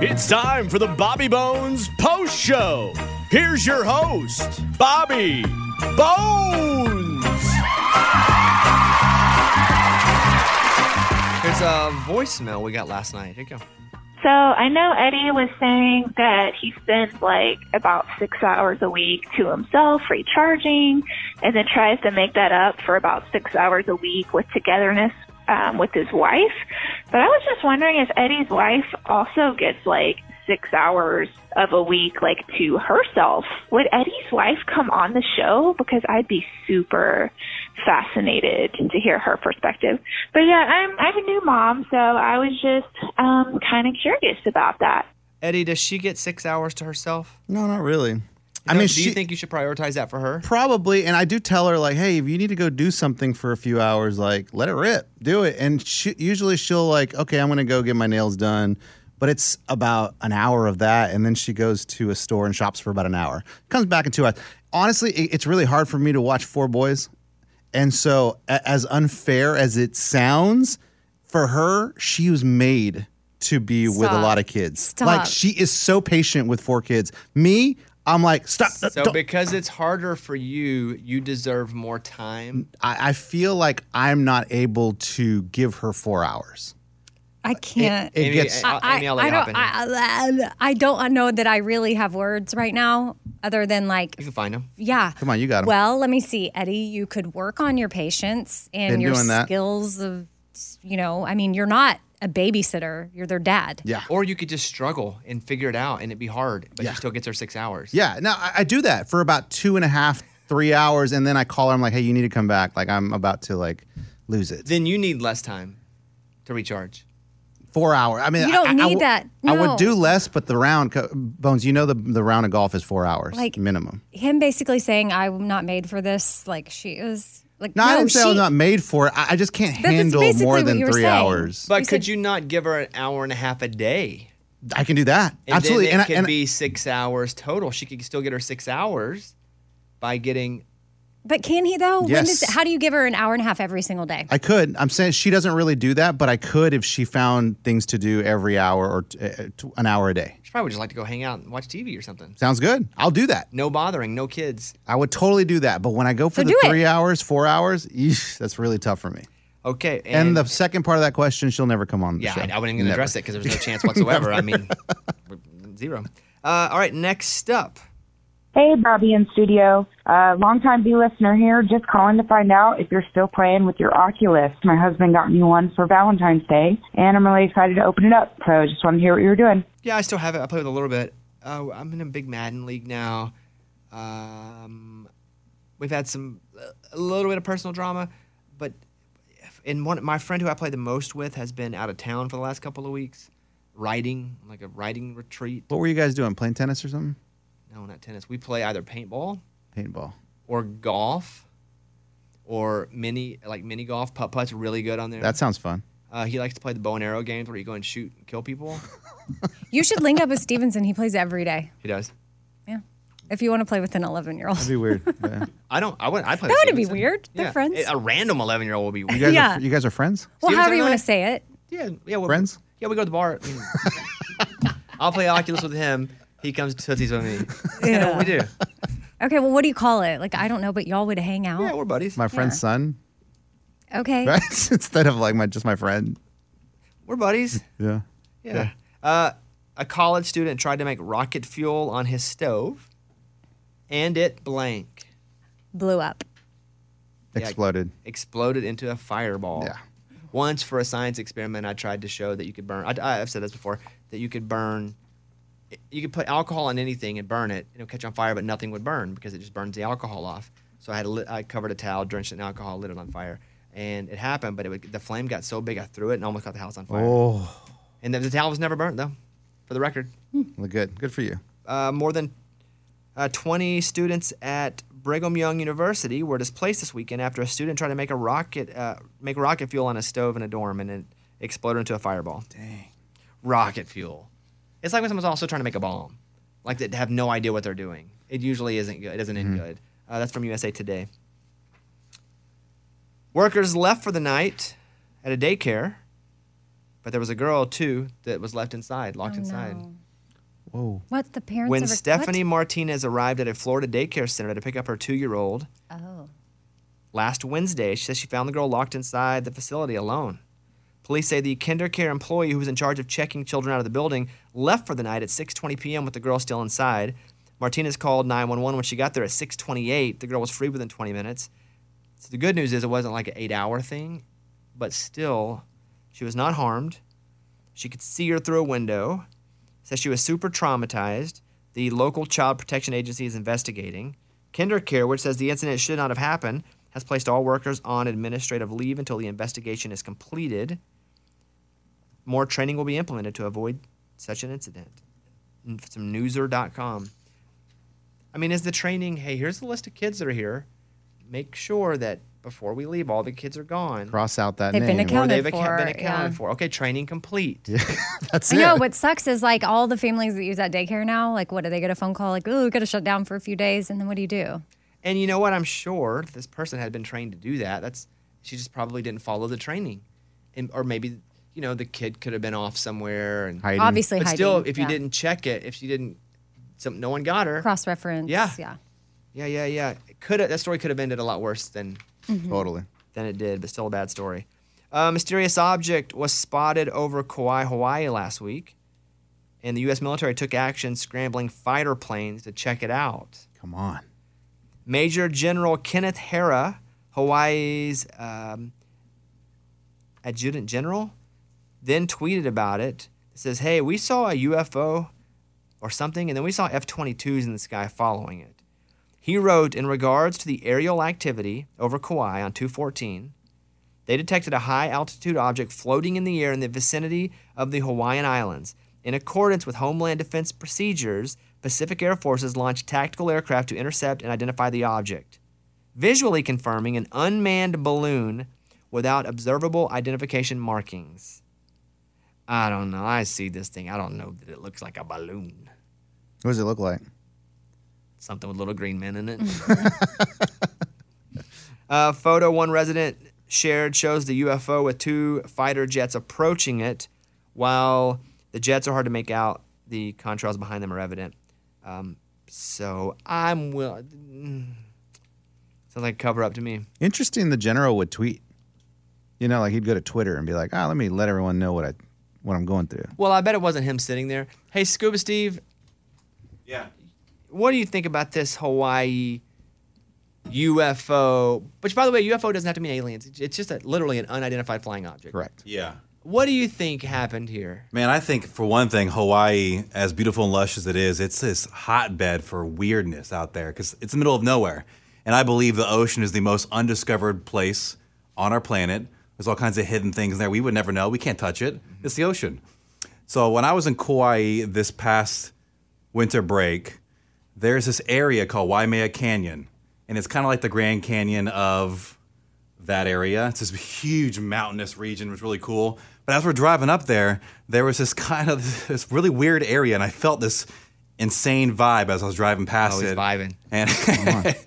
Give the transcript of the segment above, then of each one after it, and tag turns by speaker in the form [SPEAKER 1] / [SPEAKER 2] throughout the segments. [SPEAKER 1] It's time for the Bobby Bones Post Show. Here's your host, Bobby Bones.
[SPEAKER 2] Here's a voicemail we got last night. Here you go.
[SPEAKER 3] So I know Eddie was saying that he spends like about six hours a week to himself recharging and then tries to make that up for about six hours a week with togetherness um, with his wife. But I was just wondering if Eddie's wife also gets like six hours of a week like to herself. Would Eddie's wife come on the show? Because I'd be super fascinated to hear her perspective. But yeah, I'm I'm a new mom, so I was just um kind of curious about that.
[SPEAKER 2] Eddie, does she get six hours to herself?
[SPEAKER 4] No, not really. I
[SPEAKER 2] No,
[SPEAKER 4] mean,
[SPEAKER 2] do
[SPEAKER 4] she
[SPEAKER 2] you think you should prioritize that for her?
[SPEAKER 4] probably, and I do tell her like, hey, if you need to go do something for a few hours, like let it rip, do it. And she, usually she'll like, okay, I'm gonna go get my nails done, but it's about an hour of that, and then she goes to a store and shops for about an hour, comes back in two hours. Honestly, it, it's really hard for me to watch four boys, and so a- as unfair as it sounds, for her, she was made to be with a
[SPEAKER 5] Stop.
[SPEAKER 4] lot of kids.
[SPEAKER 5] Stop.
[SPEAKER 4] Like she is so patient with four kids. Me, I'm like, stop.
[SPEAKER 2] So
[SPEAKER 4] Uh, don't-
[SPEAKER 2] because it's harder for you, you deserve more time.
[SPEAKER 4] I, I feel like I'm not able to give her four hours.
[SPEAKER 5] I can't.
[SPEAKER 4] It uh,
[SPEAKER 2] Amy,
[SPEAKER 4] gets
[SPEAKER 2] I- Amy, I'll let
[SPEAKER 5] I
[SPEAKER 2] you hop in
[SPEAKER 5] don't. I, I don't know that I really have words right now, other than like,
[SPEAKER 2] You can find him.
[SPEAKER 5] yeah.
[SPEAKER 4] come on, you got 'em.
[SPEAKER 5] Well, let me see, Eddie. You could work on your patience and
[SPEAKER 4] Been
[SPEAKER 5] your
[SPEAKER 4] doing that.
[SPEAKER 5] skills of, you know. I mean, you're not a babysitter. You're their dad.
[SPEAKER 4] yeah,
[SPEAKER 2] Or you could just struggle and figure it out and it'd be hard, but
[SPEAKER 4] Yeah.
[SPEAKER 2] she still gets her six hours.
[SPEAKER 4] yeah. No, I, I do that for about two and a half, three hours, and then I call her. I'm like, hey, you need to come back. Like I'm about to like lose it.
[SPEAKER 2] Then you need less time to recharge.
[SPEAKER 4] Four hours. I mean,
[SPEAKER 5] You don't
[SPEAKER 4] I- I
[SPEAKER 5] need
[SPEAKER 4] w-
[SPEAKER 5] that.
[SPEAKER 4] I
[SPEAKER 5] No.
[SPEAKER 4] would do less, but the round co- bones. You know the the round of golf is four hours,
[SPEAKER 5] Like-
[SPEAKER 4] minimum.
[SPEAKER 5] Him basically saying, "I'm not made for this." Like she is. Like
[SPEAKER 4] No, I didn't say I
[SPEAKER 5] she-
[SPEAKER 4] was not made for it. I, I just can't
[SPEAKER 5] That's
[SPEAKER 4] handle
[SPEAKER 5] basically
[SPEAKER 4] more
[SPEAKER 5] what
[SPEAKER 4] than
[SPEAKER 5] you were
[SPEAKER 4] three
[SPEAKER 5] saying.
[SPEAKER 4] hours.
[SPEAKER 2] But
[SPEAKER 5] You
[SPEAKER 2] could
[SPEAKER 5] said-
[SPEAKER 2] you not give her an hour and a half a day?
[SPEAKER 4] I can do that
[SPEAKER 2] And
[SPEAKER 4] absolutely.
[SPEAKER 2] Then it
[SPEAKER 4] I-
[SPEAKER 2] could be six hours total. She could still get her six hours by getting
[SPEAKER 5] But can he though? When
[SPEAKER 4] Yes.
[SPEAKER 5] does, how do you give her an hour and a half every single day?
[SPEAKER 4] I could. I'm saying she doesn't really do that, but I could if she found things to do every hour or t- uh, t- an hour a day.
[SPEAKER 2] she probably would just like to go hang out and watch TV or something.
[SPEAKER 4] Sounds good. I'll do that.
[SPEAKER 2] No bothering, no kids.
[SPEAKER 4] I would totally do that. But when I go for
[SPEAKER 5] So
[SPEAKER 4] the
[SPEAKER 5] do it.
[SPEAKER 4] three hours, four hours, eesh, that's really tough for me.
[SPEAKER 2] Okay.
[SPEAKER 4] And, the second part of that question, she'll never come on the
[SPEAKER 2] Yeah,
[SPEAKER 4] show.
[SPEAKER 2] I, I wouldn't even
[SPEAKER 4] Never.
[SPEAKER 2] address it because there was no chance whatsoever. I mean, zero. Uh, all right, next up.
[SPEAKER 6] Hey, Bobby in studio. Uh, long time B listener here. Just calling to find out if you're still playing with your Oculus. My husband got me one for Valentine's Day, and I'm really excited to open it up. So I just wanted to hear what you were doing.
[SPEAKER 2] Yeah, I still have it. I play with it a little bit. Uh, I'm in a big Madden league now. Um, we've had some uh, a little bit of personal drama, but and one my friend who I play the most with has been out of town for the last couple of weeks, riding like a riding retreat.
[SPEAKER 4] What were you guys doing? Playing tennis or something?
[SPEAKER 2] No, not tennis. We play either paintball
[SPEAKER 4] Paintball.
[SPEAKER 2] or golf, or mini like mini golf. Putt putt's really good on there.
[SPEAKER 4] That sounds fun.
[SPEAKER 2] Uh, he likes to play the bow and arrow games where you go and shoot and kill people.
[SPEAKER 5] You should link up with Stevenson. He plays every day.
[SPEAKER 2] he does.
[SPEAKER 5] Yeah. If you want to play with an 11 year old.
[SPEAKER 4] It'd be weird. Yeah.
[SPEAKER 2] I don't. I wouldn't. I play.
[SPEAKER 5] That
[SPEAKER 2] with
[SPEAKER 5] wouldn't be
[SPEAKER 2] Stevenson.
[SPEAKER 5] weird. They're friends.
[SPEAKER 2] A random eleven-year-old would be
[SPEAKER 4] You
[SPEAKER 2] weird.
[SPEAKER 4] guys,
[SPEAKER 5] Yeah.
[SPEAKER 4] Are, you guys are friends?
[SPEAKER 5] Well,
[SPEAKER 2] Stevenson
[SPEAKER 5] however you
[SPEAKER 2] and I-
[SPEAKER 5] want to say it.
[SPEAKER 2] Yeah, yeah. We're,
[SPEAKER 4] Friends?
[SPEAKER 2] Yeah, we go to the bar. you know. I'll play Oculus with him. He comes to Tootsie's with me. You know what we do.
[SPEAKER 5] Okay, well, what do you call it? Like, I don't know, but y'all would hang out.
[SPEAKER 2] Mm. Yeah, we're buddies.
[SPEAKER 4] My friend's son,
[SPEAKER 5] okay.
[SPEAKER 4] right? Instead of like my just my friend.
[SPEAKER 2] We're buddies.
[SPEAKER 4] Yeah.
[SPEAKER 2] Yeah. Uh, a college student tried to make rocket fuel on his stove, and it blank
[SPEAKER 5] Blew up.
[SPEAKER 4] Exploded.
[SPEAKER 2] exploded into a fireball.
[SPEAKER 4] Yeah.
[SPEAKER 2] Once for a science experiment, I tried to show that you could burn. I, I've said this before that you could burn. You could put alcohol on anything and burn it. It'll catch on fire, but nothing would burn because it just burns the alcohol off. So I had lit, I covered a towel, drenched it in alcohol, lit it on fire, and it happened. But it would, the flame got so big, I threw it and almost got the house on fire.
[SPEAKER 4] Oh,
[SPEAKER 2] And the, the towel was never burnt though, for the record
[SPEAKER 4] look good. Good for you.
[SPEAKER 2] uh, more than uh, 20 students at Brigham Young University were displaced this weekend after a student tried to make a rocket uh, make rocket fuel on a stove in a dorm and it exploded into a fireball. Dang. Rocket fuel. It's like when someone's also trying to make a bomb. Like they have no idea what they're doing. It usually isn't good. It doesn't end good. Uh, that's from USA Today. Workers left for the night at a daycare, but there was a girl too that was left inside, locked inside.
[SPEAKER 4] Whoa.
[SPEAKER 5] What the parents?
[SPEAKER 2] When
[SPEAKER 5] ever, what?
[SPEAKER 2] Stephanie Martinez arrived at a Florida daycare center to pick up her two year old
[SPEAKER 5] Oh,
[SPEAKER 2] last Wednesday, she says she found the girl locked inside the facility alone. Police say the KinderCare employee who was in charge of checking children out of the building left for the night at 6:20 p.m. with the girl still inside. Martinez called 911 when she got there at 6:28. The girl was free within 20 minutes. So the good news is it wasn't like an eight-hour thing, but still, she was not harmed. She could see her through a window. Says she was super traumatized. The local child protection agency is investigating. KinderCare, which says the incident should not have happened, has placed all workers on administrative leave until the investigation is completed. More training will be implemented to avoid such an incident. And Some newser.com. I mean, is the training, hey, here's the list of kids that are here. Make sure that before we leave, all the kids are gone.
[SPEAKER 4] Cross out that
[SPEAKER 5] They've been
[SPEAKER 4] name.
[SPEAKER 5] account-
[SPEAKER 2] or they've acca-
[SPEAKER 5] Accounted
[SPEAKER 2] been
[SPEAKER 5] for, yeah.
[SPEAKER 2] accounted for. Okay, training complete.
[SPEAKER 4] That's
[SPEAKER 5] I
[SPEAKER 4] it.
[SPEAKER 5] know. What sucks is like all the families that use that daycare now. Like, what do they get a phone call? Like, oh, we got to shut down for a few days, and then what do you do?
[SPEAKER 2] And you know what? I'm sure this person had been trained to do that. That's she just probably didn't follow the training, and or maybe you know the kid could have been off somewhere and.
[SPEAKER 4] Hiding.
[SPEAKER 5] Obviously,
[SPEAKER 2] But
[SPEAKER 5] hiding.
[SPEAKER 2] still, if you
[SPEAKER 5] yeah.
[SPEAKER 2] didn't check it, if she didn't, some no one got her.
[SPEAKER 5] cross reference,
[SPEAKER 2] Yeah.
[SPEAKER 5] yeah,
[SPEAKER 2] Yeah, yeah, yeah. Could that story could have ended a lot worse than
[SPEAKER 4] Totally.
[SPEAKER 2] than it did, but still a bad story. A mysterious object was spotted over Kauai, Hawaii last week, and the U.S. military took action, scrambling fighter planes to check it out.
[SPEAKER 4] Come on.
[SPEAKER 2] Major General Kenneth Hara, Hawaii's um, adjutant general, then tweeted about it. It says, Hey, we saw a UFO or something, and then we saw F 22s in the sky following it. He wrote, In regards to the aerial activity over Kauai on 214, they detected a high altitude object floating in the air in the vicinity of the Hawaiian Islands. In accordance with Homeland Defense procedures, Pacific Air Forces launched tactical aircraft to intercept and identify the object, visually confirming an unmanned balloon without observable identification markings. I don't know. I see this thing. I don't know that it looks like a balloon.
[SPEAKER 4] What does it look like?
[SPEAKER 2] Something with little green men in it. uh, photo one resident shared shows the UFO with two fighter jets approaching it. While the jets are hard to make out, the contrails behind them are evident. Um, so I'm will. mm. Sounds like a cover up to me.
[SPEAKER 4] Interesting. The general would tweet. You know, like he'd go to Twitter and be like, "Ah, let me let everyone know what I what I'm going through."
[SPEAKER 2] Well, I bet it wasn't him sitting there. Hey, Scuba Steve,
[SPEAKER 7] Yeah.
[SPEAKER 2] what do you think about this Hawaii UFO? Which, by the way, UFO doesn't have to mean aliens. It's just a, literally an unidentified flying object.
[SPEAKER 4] Correct.
[SPEAKER 7] Yeah.
[SPEAKER 2] What do you think happened here?
[SPEAKER 7] Man, I think for one thing, Hawaii, as beautiful and lush as it is, it's this hotbed for weirdness out there because it's the middle of nowhere. And I believe the ocean is the most undiscovered place on our planet. There's all kinds of hidden things in there we would never know. We can't touch it. It's the ocean. So when I was in Kauai this past winter break, there's this area called Waimea Canyon, and it's kind of like the Grand Canyon of that area. It's this huge mountainous region, which is really cool. But as we're driving up there, there was this kind of this really weird area, and I felt this insane vibe as I was driving past
[SPEAKER 2] Oh, he's
[SPEAKER 7] it.
[SPEAKER 2] vibing.
[SPEAKER 7] And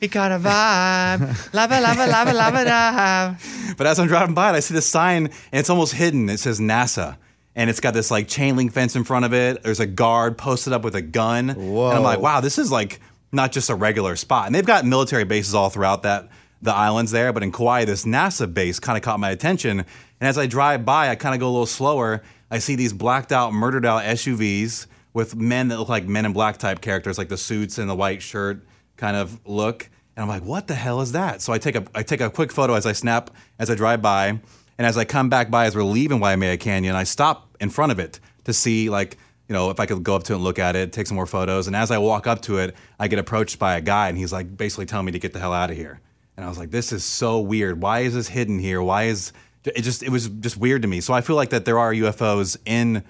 [SPEAKER 2] He got a vibe. lava, lava, lava, lava, dive.
[SPEAKER 7] But as I'm driving by it, I see this sign and it's almost hidden. It says NASA. And it's got this like chain link fence in front of it. There's a guard posted up with a gun. And I'm like, wow, this is like not just a regular spot. And they've got military bases all throughout that the islands there, but in Kauai, this NASA base kind of caught my attention. And as I drive by, I kind of go a little slower. I see these blacked out, murdered out SUVs with men that look like men in black type characters, like the suits and the white shirt kind of look. And I'm like, what the hell is that? So I take a I take a quick photo as I snap as I drive by, and as I come back by as we're leaving Waimea Canyon, I stop in front of it to see like you know if I could go up to it and look at it, take some more photos. And as I walk up to it, I get approached by a guy, and he's like basically telling me to get the hell out of here. And I was like, this is so weird. Why is this hidden here? Why is it just it was just weird to me. So I feel like that there are UFOs in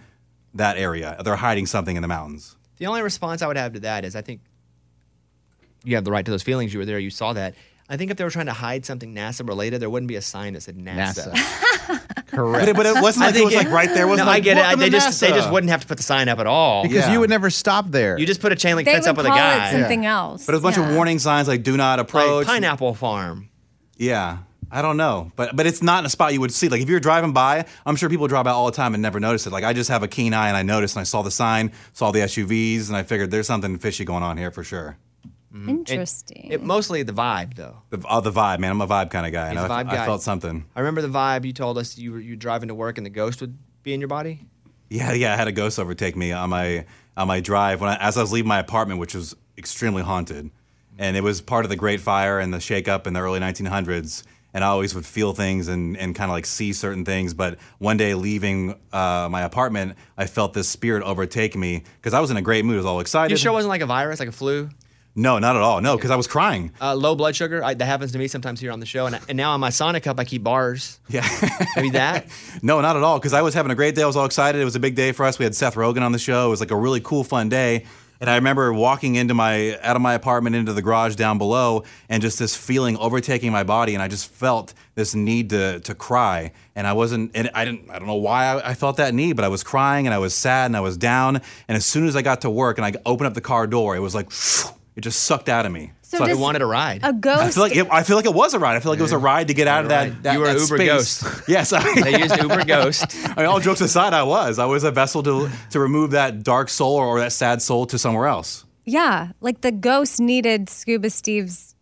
[SPEAKER 7] that area. They're hiding something in the mountains.
[SPEAKER 2] The only response I would have to that is I think you have the right to those feelings. You were there, you saw that. I think if they were trying to hide something NASA related, there wouldn't be a sign that said NASA.
[SPEAKER 4] NASA.
[SPEAKER 7] But
[SPEAKER 4] Correct.
[SPEAKER 7] it, but it wasn't like it was like right there. It
[SPEAKER 2] No,
[SPEAKER 7] Wasn't
[SPEAKER 2] I
[SPEAKER 7] like,
[SPEAKER 2] get it. I-
[SPEAKER 4] "Welcome
[SPEAKER 2] They
[SPEAKER 4] to
[SPEAKER 2] just they
[SPEAKER 4] NASA."
[SPEAKER 2] just wouldn't have to put the sign up at all.
[SPEAKER 4] because
[SPEAKER 7] Yeah.
[SPEAKER 4] you would never stop there.
[SPEAKER 2] You just put a chain link
[SPEAKER 5] they
[SPEAKER 2] fence
[SPEAKER 5] would
[SPEAKER 2] up with a
[SPEAKER 5] call
[SPEAKER 2] guy.
[SPEAKER 5] it something else.
[SPEAKER 7] But there's a bunch
[SPEAKER 5] Yeah.
[SPEAKER 7] of warning signs like "Do not
[SPEAKER 2] Like
[SPEAKER 7] approach."
[SPEAKER 2] Pineapple Farm.
[SPEAKER 7] Yeah. I don't know, but but it's not a spot you would see. Like if you're driving by, I'm sure people drive by all the time and never notice it. Like I just have a keen eye and I noticed and I saw the sign, saw the SUVs, and I figured there's something fishy going on here for sure.
[SPEAKER 5] Interesting.
[SPEAKER 2] It mostly the vibe though.
[SPEAKER 7] The, oh, the vibe, man. I'm a vibe kind of guy, and
[SPEAKER 2] He's a
[SPEAKER 7] I,
[SPEAKER 2] vibe
[SPEAKER 7] I
[SPEAKER 2] guy.
[SPEAKER 7] felt something.
[SPEAKER 2] I remember the vibe you told us you were you were driving to work and the ghost would be in your body.
[SPEAKER 7] Yeah, yeah. I had a ghost overtake me on my on my drive when I, as I was leaving my apartment, which was extremely haunted, and it was part of the Great Fire and the shakeup in the early 1900s. And I always would feel things and, and kind of like see certain things. But one day leaving uh, my apartment, I felt this spirit overtake me because I was in a great mood. I was all excited.
[SPEAKER 2] You sure it wasn't like a virus, like a flu?
[SPEAKER 7] No, not at all. No, because I was crying.
[SPEAKER 2] Uh, low blood sugar. I, that happens to me sometimes here on the show. And, I, and now on my Sonic cup, I keep bars.
[SPEAKER 7] Yeah.
[SPEAKER 2] Maybe that.
[SPEAKER 7] No, not at all. Because I was having a great day. I was all excited. It was a big day for us. We had Seth Rogen on the show. It was like a really cool, fun day. And I remember walking into my out of my apartment into the garage down below, and just this feeling overtaking my body, and I just felt this need to to cry, and I wasn't, and I didn't, I don't know why I, I felt that need, but I was crying, and I was sad, and I was down, and as soon as I got to work, and I opened up the car door, it was like, it just sucked out of me.
[SPEAKER 5] So
[SPEAKER 7] I-
[SPEAKER 5] does-
[SPEAKER 2] I wanted a ride.
[SPEAKER 5] a ghost.
[SPEAKER 7] I feel like it, I feel like it was a ride. I feel like it was a ride to get out of that.
[SPEAKER 2] Right.
[SPEAKER 7] that
[SPEAKER 2] You were
[SPEAKER 7] that
[SPEAKER 2] Uber
[SPEAKER 7] space.
[SPEAKER 2] Ghost.
[SPEAKER 7] Yes, I,
[SPEAKER 2] they used Uber Ghost.
[SPEAKER 7] I mean, all jokes aside, I was. I was a vessel to to remove that dark soul or that sad soul to somewhere else.
[SPEAKER 5] yeah, like the ghost needed Scuba Steve's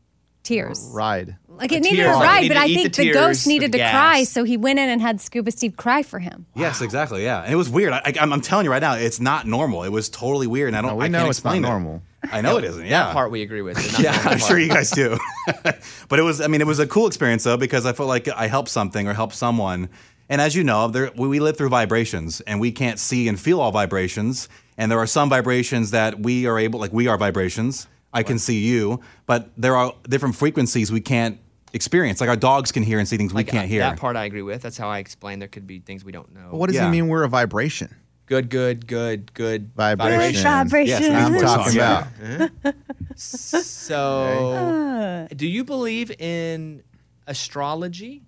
[SPEAKER 5] tears.
[SPEAKER 4] Ride.
[SPEAKER 5] Like it needed a
[SPEAKER 2] tears.
[SPEAKER 5] ride,
[SPEAKER 2] He
[SPEAKER 5] but
[SPEAKER 2] needed
[SPEAKER 5] I
[SPEAKER 2] to eat
[SPEAKER 5] think
[SPEAKER 2] the
[SPEAKER 5] the,
[SPEAKER 2] tears
[SPEAKER 5] ghost
[SPEAKER 2] with
[SPEAKER 5] needed to
[SPEAKER 2] gas.
[SPEAKER 5] cry, so he went in and had Scuba Steve cry for him.
[SPEAKER 7] Yes, exactly. Yeah, and it was weird. I, I, I'm, I'm telling you right now, it's not normal. It was totally weird, and I don't.
[SPEAKER 4] No, we
[SPEAKER 7] I
[SPEAKER 4] know
[SPEAKER 7] can't
[SPEAKER 4] it's not
[SPEAKER 7] explain it.
[SPEAKER 4] normal.
[SPEAKER 7] I know it isn't. Yeah.
[SPEAKER 2] That part we agree with. but not the
[SPEAKER 7] yeah,
[SPEAKER 2] other
[SPEAKER 7] I'm
[SPEAKER 2] part.
[SPEAKER 7] sure you guys do. but it was, I mean, it was a cool experience though because I felt like I helped something or helped someone. And as you know, there, we, we live through vibrations and we can't see and feel all vibrations. And there are some vibrations that we are able, like we are vibrations. I can see you, but there are different frequencies we can't experience. Like our dogs can hear and see things we can't hear.
[SPEAKER 2] That part I agree with. That's how I explain there could be things we don't know.
[SPEAKER 4] But what does it
[SPEAKER 7] Yeah.
[SPEAKER 4] mean we're a vibration?
[SPEAKER 2] Good, good, good, good
[SPEAKER 4] Vibration.
[SPEAKER 7] Yes,
[SPEAKER 5] Vibration.
[SPEAKER 7] that's
[SPEAKER 4] I'm
[SPEAKER 7] what
[SPEAKER 4] talking
[SPEAKER 7] yeah.
[SPEAKER 4] about.
[SPEAKER 2] So, do you believe in astrology?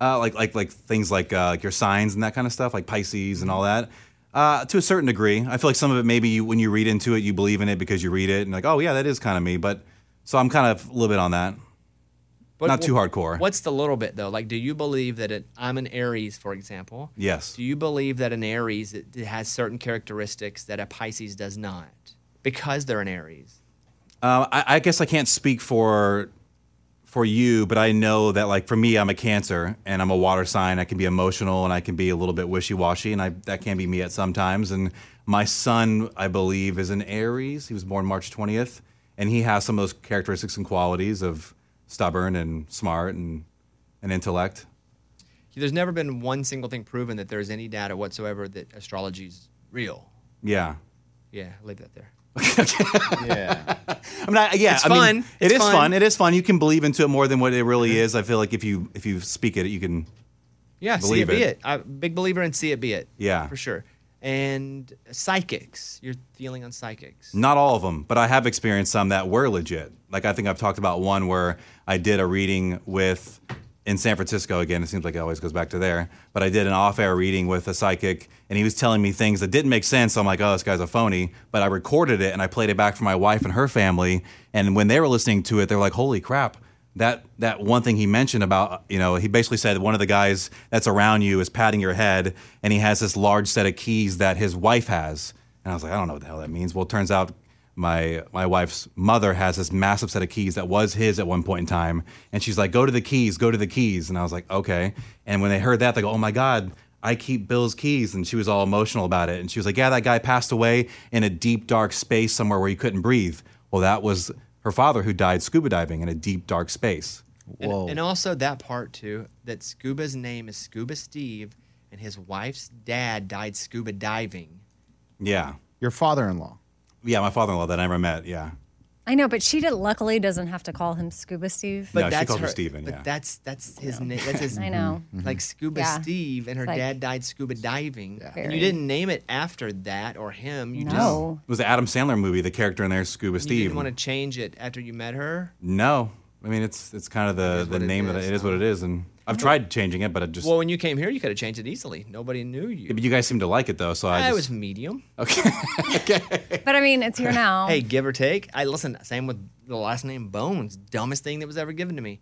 [SPEAKER 7] uh, like like like things like uh, like your signs and that kind of stuff, like Pisces and all that. Uh, to a certain degree, I feel like some of it maybe you, when you read into it, you believe in it because you read it and like, oh yeah, that is kind of me. But so I'm kind of a little bit on that.
[SPEAKER 2] But
[SPEAKER 7] Not too
[SPEAKER 2] wh-
[SPEAKER 7] hardcore.
[SPEAKER 2] What's the little bit though? Like, do you believe that it, I'm an Aries, for example?
[SPEAKER 7] Yes.
[SPEAKER 2] Do you believe that an Aries it, it has certain characteristics that a Pisces does not because they're an Aries?
[SPEAKER 7] Uh, I, I guess I can't speak for for you, but I know that like for me, I'm a Cancer and I'm a water sign. I can be emotional and I can be a little bit wishy washy, and I that can be me at sometimes. And my son, I believe, is an Aries. He was born March 20th, and he has some of those characteristics and qualities of stubborn and smart and and intellect.
[SPEAKER 2] There's never been one single thing proven that there's any data whatsoever that astrology's real.
[SPEAKER 7] Yeah.
[SPEAKER 2] Yeah, leave that there.
[SPEAKER 4] Yeah.
[SPEAKER 7] I mean, I, yeah,
[SPEAKER 2] It's
[SPEAKER 7] I mean,
[SPEAKER 2] fun.
[SPEAKER 7] it
[SPEAKER 2] It's
[SPEAKER 7] is
[SPEAKER 2] fun.
[SPEAKER 7] fun. It is fun. You can believe into it more than what it really is. I feel like if you if you speak it, you can
[SPEAKER 2] Yeah,
[SPEAKER 7] Believe
[SPEAKER 2] see it, be
[SPEAKER 7] it.
[SPEAKER 2] it. I'm a big believer in see it, be it.
[SPEAKER 7] Yeah.
[SPEAKER 2] for sure. And psychics, your feeling on psychics.
[SPEAKER 7] Not all of them, but I have experienced some that were legit. Like I think I've talked about one where I did a reading with in San Francisco again. It seems like it always goes back to there. But I did an off-air reading with a psychic, and he was telling me things that didn't make sense. So I'm like, oh, this guy's a phony. But I recorded it and I played it back for my wife and her family. And when they were listening to it, they were like, holy crap. That, that one thing he mentioned about you know he basically said one of the guys that's around you is patting your head and he has this large set of keys that his wife has and I was like, I don't know what the hell that means. Well, it turns out my my wife's mother has this massive set of keys that was his at one point in time, and she's like, "Go to the keys, go to the keys." And I was like, "Okay." And when they heard that, they go, "Oh my god." I keep Bill's keys, and she was all emotional about it. And she was like, "Yeah, that guy passed away in a deep, dark space somewhere where he couldn't breathe." Well, that was her father who died scuba diving in a deep, dark space.
[SPEAKER 2] And,
[SPEAKER 4] Whoa.
[SPEAKER 2] and uh, also that part too, that Scuba's name is Scuba Steve, and his wife's dad died scuba diving.
[SPEAKER 7] Yeah,
[SPEAKER 4] Your father-in-law.
[SPEAKER 7] yeah, my father-in-law that I never met. Yeah,
[SPEAKER 5] I know, but she did, luckily doesn't have to call him Scuba Steve.
[SPEAKER 7] No, she calls her Steven,
[SPEAKER 2] But
[SPEAKER 7] yeah. Mm-hmm.
[SPEAKER 2] that's that's his name. That's his.
[SPEAKER 5] I know.
[SPEAKER 2] Like Scuba
[SPEAKER 5] Yeah.
[SPEAKER 2] Steve, and her
[SPEAKER 5] It's like-
[SPEAKER 2] dad died scuba diving. And you
[SPEAKER 5] Very.
[SPEAKER 2] didn't name it after that or him. You just
[SPEAKER 5] No.
[SPEAKER 7] it was the Adam Sandler movie. The character in there, is
[SPEAKER 2] Oh.
[SPEAKER 7] Scuba
[SPEAKER 2] you
[SPEAKER 7] Steve.
[SPEAKER 2] didn't want to change it after you met her.
[SPEAKER 7] No, I mean it's it's kind of the the
[SPEAKER 2] what it
[SPEAKER 7] name that
[SPEAKER 2] is,
[SPEAKER 7] it is what it is, and I've tried changing it, but it just
[SPEAKER 2] Well, when you came here, you could have changed it easily. Nobody knew you.
[SPEAKER 7] but you guys seem to like it though, so I,
[SPEAKER 2] I
[SPEAKER 7] just,
[SPEAKER 2] was medium.
[SPEAKER 5] But I mean, it's here now.
[SPEAKER 7] Oh.
[SPEAKER 2] Hey, give or take. I listen. Same with the last name Bones. Dumbest thing that was ever given to me.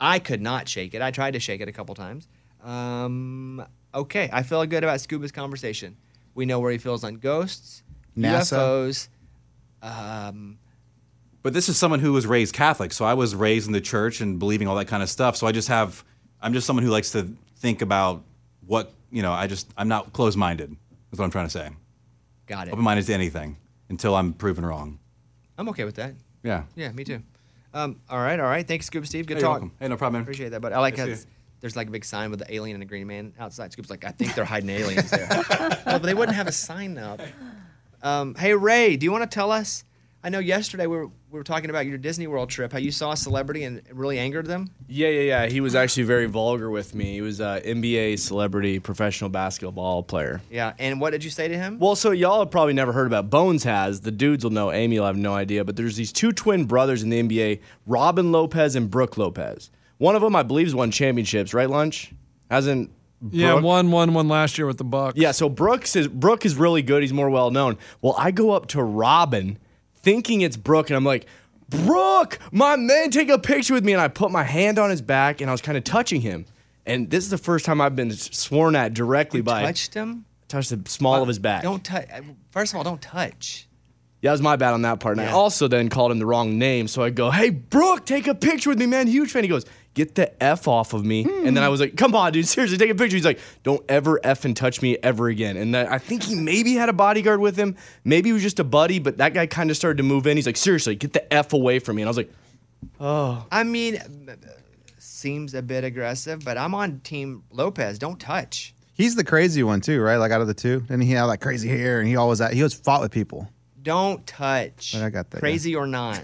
[SPEAKER 2] I could not shake it. I tried to shake it a couple times. Um, okay, I feel good about Scuba's conversation. We know where he feels on ghosts,
[SPEAKER 4] NASA.
[SPEAKER 2] UFOs. Um,
[SPEAKER 7] But this is someone who was raised Catholic, so I was raised in the church and believing all that kind of stuff. So I just have, I'm just someone who likes to think about what you know. I just, I'm not closed-minded. Is what I'm trying to say.
[SPEAKER 2] got it.
[SPEAKER 7] Open-minded to anything until I'm proven wrong.
[SPEAKER 2] I'm okay with that.
[SPEAKER 7] Yeah.
[SPEAKER 2] Yeah, me too. Um, all right, all right. Thanks, Scoop Steve. Good
[SPEAKER 7] Hey, you're
[SPEAKER 2] talk.
[SPEAKER 7] welcome. Hey, no problem. man.
[SPEAKER 2] Appreciate that, but I like
[SPEAKER 7] Yes,
[SPEAKER 2] how
[SPEAKER 7] sir.
[SPEAKER 2] it's- there's like a big sign with the alien and a green man outside. Scoop's like, I think they're hiding aliens there. well, but they wouldn't have a sign up. Um, hey Ray, do you want to tell us? I know yesterday we were we were talking about your Disney World trip, how you saw a celebrity and it really angered them.
[SPEAKER 1] Yeah, yeah, yeah. He was actually very vulgar with me. He was an NBA celebrity professional basketball player.
[SPEAKER 2] Yeah, and what did you say to him?
[SPEAKER 1] Well, so y'all have probably never heard about Bones has. The dudes will know. Amy will have no idea. But there's these two twin brothers in the NBA, Robin Lopez and Brooke Lopez. One of them, I believe, has won championships, right, Lunch? Hasn't
[SPEAKER 8] Yeah,
[SPEAKER 1] Brooke-
[SPEAKER 8] one, one, one last year with the Bucks.
[SPEAKER 1] Yeah, so Brooks is Brooke is really good. He's more well known. Well, I go up to Robin thinking it's Brooke, and I'm like, Brooke, my man, take a picture with me. And I put my hand on his back and I was kind of touching him. And this is the first time I've been s- sworn at directly by
[SPEAKER 2] touched him.
[SPEAKER 1] touched the small of his back.
[SPEAKER 2] Don't touch. First of all, don't touch.
[SPEAKER 1] Yeah, that was my bad on that part. And I
[SPEAKER 2] Yeah.
[SPEAKER 1] also then called him the wrong name. So I go, hey, Brooke, take a picture with me, man. Huge fan. He goes, get the F off of me. And then I was like, come on, dude, seriously, take a picture. He's like, don't ever F and touch me ever again. And that, I think he maybe had a bodyguard with him. Maybe he was just a buddy, but that guy kind of started to move in. He's like, seriously, get the F away from me. And I was like,
[SPEAKER 2] I mean, seems a bit aggressive, but I'm on Team Lopez. Don't touch.
[SPEAKER 4] He's the crazy one too, right? Like out of the two, didn't he have like crazy hair and he always he always fought with people.
[SPEAKER 2] Don't touch.
[SPEAKER 4] But I got that, yeah.
[SPEAKER 2] Crazy or not,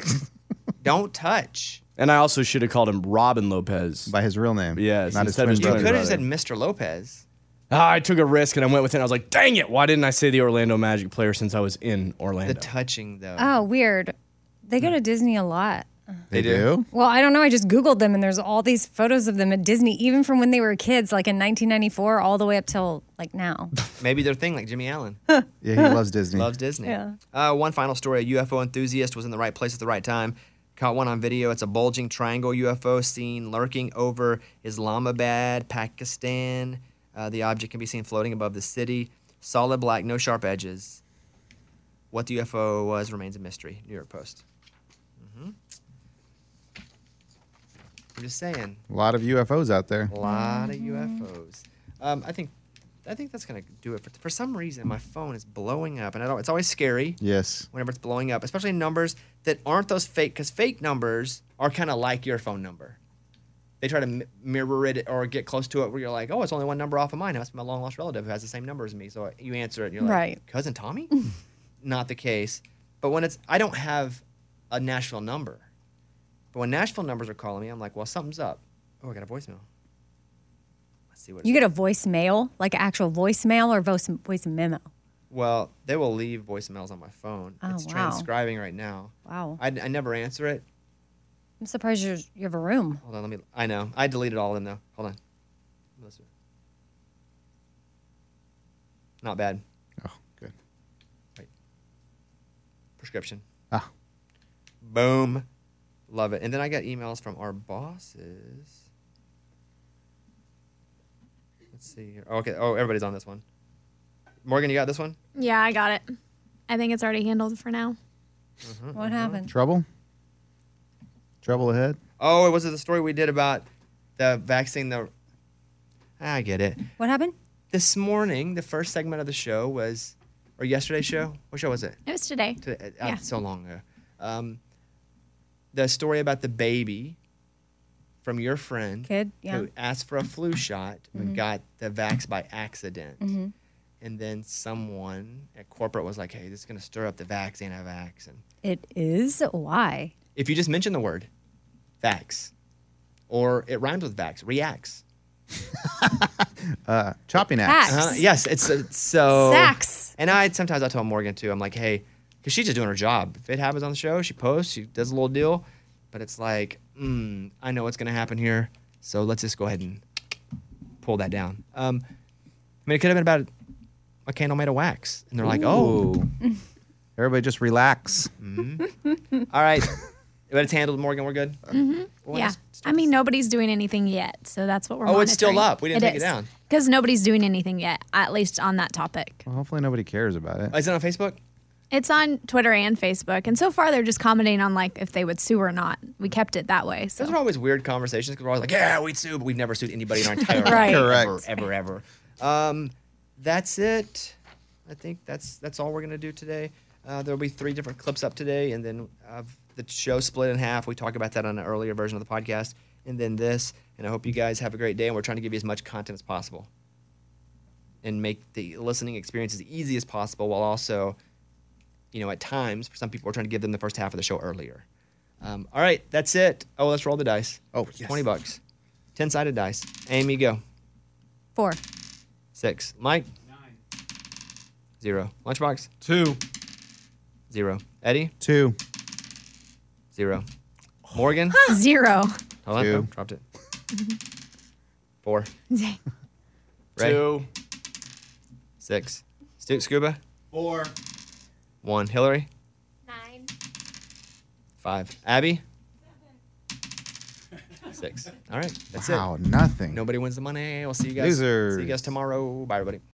[SPEAKER 2] don't touch.
[SPEAKER 1] and I also should have called him Robin Lopez.
[SPEAKER 4] by his real name.
[SPEAKER 1] Yes,
[SPEAKER 4] not his
[SPEAKER 1] instead
[SPEAKER 4] twin
[SPEAKER 1] of his
[SPEAKER 2] You
[SPEAKER 1] twin
[SPEAKER 4] brother.
[SPEAKER 2] could have said
[SPEAKER 1] brother.
[SPEAKER 2] Mr. Lopez.
[SPEAKER 1] Ah, I took a risk and I went with it. And I was like, dang it, why didn't I say the Orlando Magic player since I was in
[SPEAKER 2] The
[SPEAKER 1] Orlando?
[SPEAKER 2] touching though.
[SPEAKER 5] Oh, weird. They go to Disney a lot.
[SPEAKER 4] They do.
[SPEAKER 5] Well, I don't know. I just Googled them and there's all these photos of them at Disney, even from when they were kids, like in 1994 all the way up till like now.
[SPEAKER 2] Maybe their thing, like Jimmy Allen
[SPEAKER 4] Yeah, he loves Disney.
[SPEAKER 2] loves Disney.
[SPEAKER 5] Yeah.
[SPEAKER 2] Uh, one final story: a UFO enthusiast was in the right place at the right time. Caught one on video. It's a bulging triangle UFO seen lurking over Islamabad, Pakistan. Uh, the object can be seen floating above the city. Solid black, no sharp edges. What the UFO was remains a mystery. New York Post. hmm I'm just saying.
[SPEAKER 4] a lot of UFOs out there.
[SPEAKER 2] A lot of UFOs. Um, I think, I think that's gonna do it for. For some reason, my phone is blowing up, and I don't. It's always scary
[SPEAKER 4] Yes.
[SPEAKER 2] whenever it's blowing up, especially numbers that aren't those fake, because fake numbers are kind of like your phone number. They try to mi- mirror it or get close to it, where you're like, "Oh, it's only one number off of mine. That's my long lost relative who has the same number as me." So you answer it, and you're like,
[SPEAKER 5] Right.
[SPEAKER 2] "Cousin Tommy?" Not the case. But when it's, I don't have a Nashville number. But when Nashville numbers are calling me, I'm like, "Well, something's up." Oh, I got a voicemail. Let's see what.
[SPEAKER 5] You get a voicemail, like an actual voicemail or voice, voice memo.
[SPEAKER 2] Well, they will leave voicemails on my phone.
[SPEAKER 5] Oh,
[SPEAKER 2] it's
[SPEAKER 5] wow.
[SPEAKER 2] transcribing right now.
[SPEAKER 5] Wow.
[SPEAKER 2] I, I never answer it.
[SPEAKER 5] I'm surprised you're, you have a room.
[SPEAKER 2] Hold on, let me. I know. I deleted all of them though. Hold on. Let's- Not bad.
[SPEAKER 4] Oh, good.
[SPEAKER 2] Prescription.
[SPEAKER 4] Ah,
[SPEAKER 2] Boom. Love it. And then I got emails from our bosses. Let's see here. Oh, okay. Oh, everybody's on this one. Morgan, you got this one?
[SPEAKER 9] Yeah, I got it. I think it's already handled for now.
[SPEAKER 5] What happened?
[SPEAKER 4] trouble. Trouble ahead.
[SPEAKER 2] Oh, it was the story we did about the vaccine. The I get it.
[SPEAKER 5] What happened?
[SPEAKER 2] This morning, the first segment of the show was, or yesterday's show. What show was it?
[SPEAKER 9] It was today.
[SPEAKER 2] to, uh,
[SPEAKER 9] Yeah.
[SPEAKER 2] so long ago. Um, the story about the baby from your friend
[SPEAKER 5] Kid, yeah. Mm-hmm.
[SPEAKER 2] who asked for a flu shot but got the vax by accident. And then someone at corporate was like, hey, this is going to stir up the vax, anti-vax. And
[SPEAKER 5] It is. Why?
[SPEAKER 2] if you just mention the word vax or it rhymes with vax, reacts.
[SPEAKER 4] Chopping axe.
[SPEAKER 5] Axe.
[SPEAKER 2] Uh, yes, it's, it's so.
[SPEAKER 5] Sax.
[SPEAKER 2] And I sometimes I tell Morgan too. I'm like, hey, because she's just doing her job. If it happens on the show, she posts, she does a little deal. But it's like, mm, I know what's gonna happen here, so let's just go ahead and pull that down. Um, I mean, it could have been about a candle made of wax, and they're like, oh,
[SPEAKER 4] Everybody just relax.
[SPEAKER 2] all right. But it's handled, Morgan. We're good. Well,
[SPEAKER 9] yeah.
[SPEAKER 2] let's-
[SPEAKER 9] I mean, nobody's doing anything yet, so that's what we're.
[SPEAKER 2] Oh, it's still
[SPEAKER 9] monitoring.
[SPEAKER 2] up. We didn't take it down.
[SPEAKER 9] because nobody's doing anything yet, at least on that topic.
[SPEAKER 4] Well, hopefully nobody cares about it.
[SPEAKER 2] Oh, Is it on Facebook?
[SPEAKER 9] It's on Twitter and Facebook, and so far they're just commenting on like if they would sue or not. We kept it that way. So
[SPEAKER 2] Those are always weird conversations because we're always like, yeah, we'd sue, but we've never sued anybody in our entire
[SPEAKER 9] Right.
[SPEAKER 2] life.
[SPEAKER 4] Correct.
[SPEAKER 2] Ever, ever, ever. Um, that's it. I think that's that's all we're gonna do today. Uh, there'll be three different clips up today, and then uh, the show split in half. We talked about that on an earlier version of the podcast, and then this. And I hope you guys have a great day. And we're trying to give you as much content as possible, and make the listening experience as easy as possible, while also, you know, at times for some people, we're trying to give them the first half of the show earlier. Um, all right, that's it. Oh, let's roll the dice.
[SPEAKER 4] Oh, yes.
[SPEAKER 2] 20 bucks. 10 sided dice. Amy, go.
[SPEAKER 5] Four.
[SPEAKER 2] Six. Mike? Nine. Zero. Lunchbox?
[SPEAKER 7] Two.
[SPEAKER 2] Zero. Eddie?
[SPEAKER 4] Two.
[SPEAKER 2] Zero. Morgan?
[SPEAKER 9] zero.
[SPEAKER 2] Hold on.
[SPEAKER 4] Two.
[SPEAKER 2] Oh, dropped it. Four.
[SPEAKER 9] Dang.
[SPEAKER 2] Ray?
[SPEAKER 1] Two.
[SPEAKER 2] Six. Stu- Scuba?
[SPEAKER 7] Four.
[SPEAKER 2] One. Hillary?
[SPEAKER 3] Nine.
[SPEAKER 2] Five. Abby? Six. All right, that's
[SPEAKER 4] wow,
[SPEAKER 2] it.
[SPEAKER 4] nothing.
[SPEAKER 2] Nobody wins the money. We'll see you guys. See
[SPEAKER 4] Losers.
[SPEAKER 2] you guys tomorrow. Bye, everybody.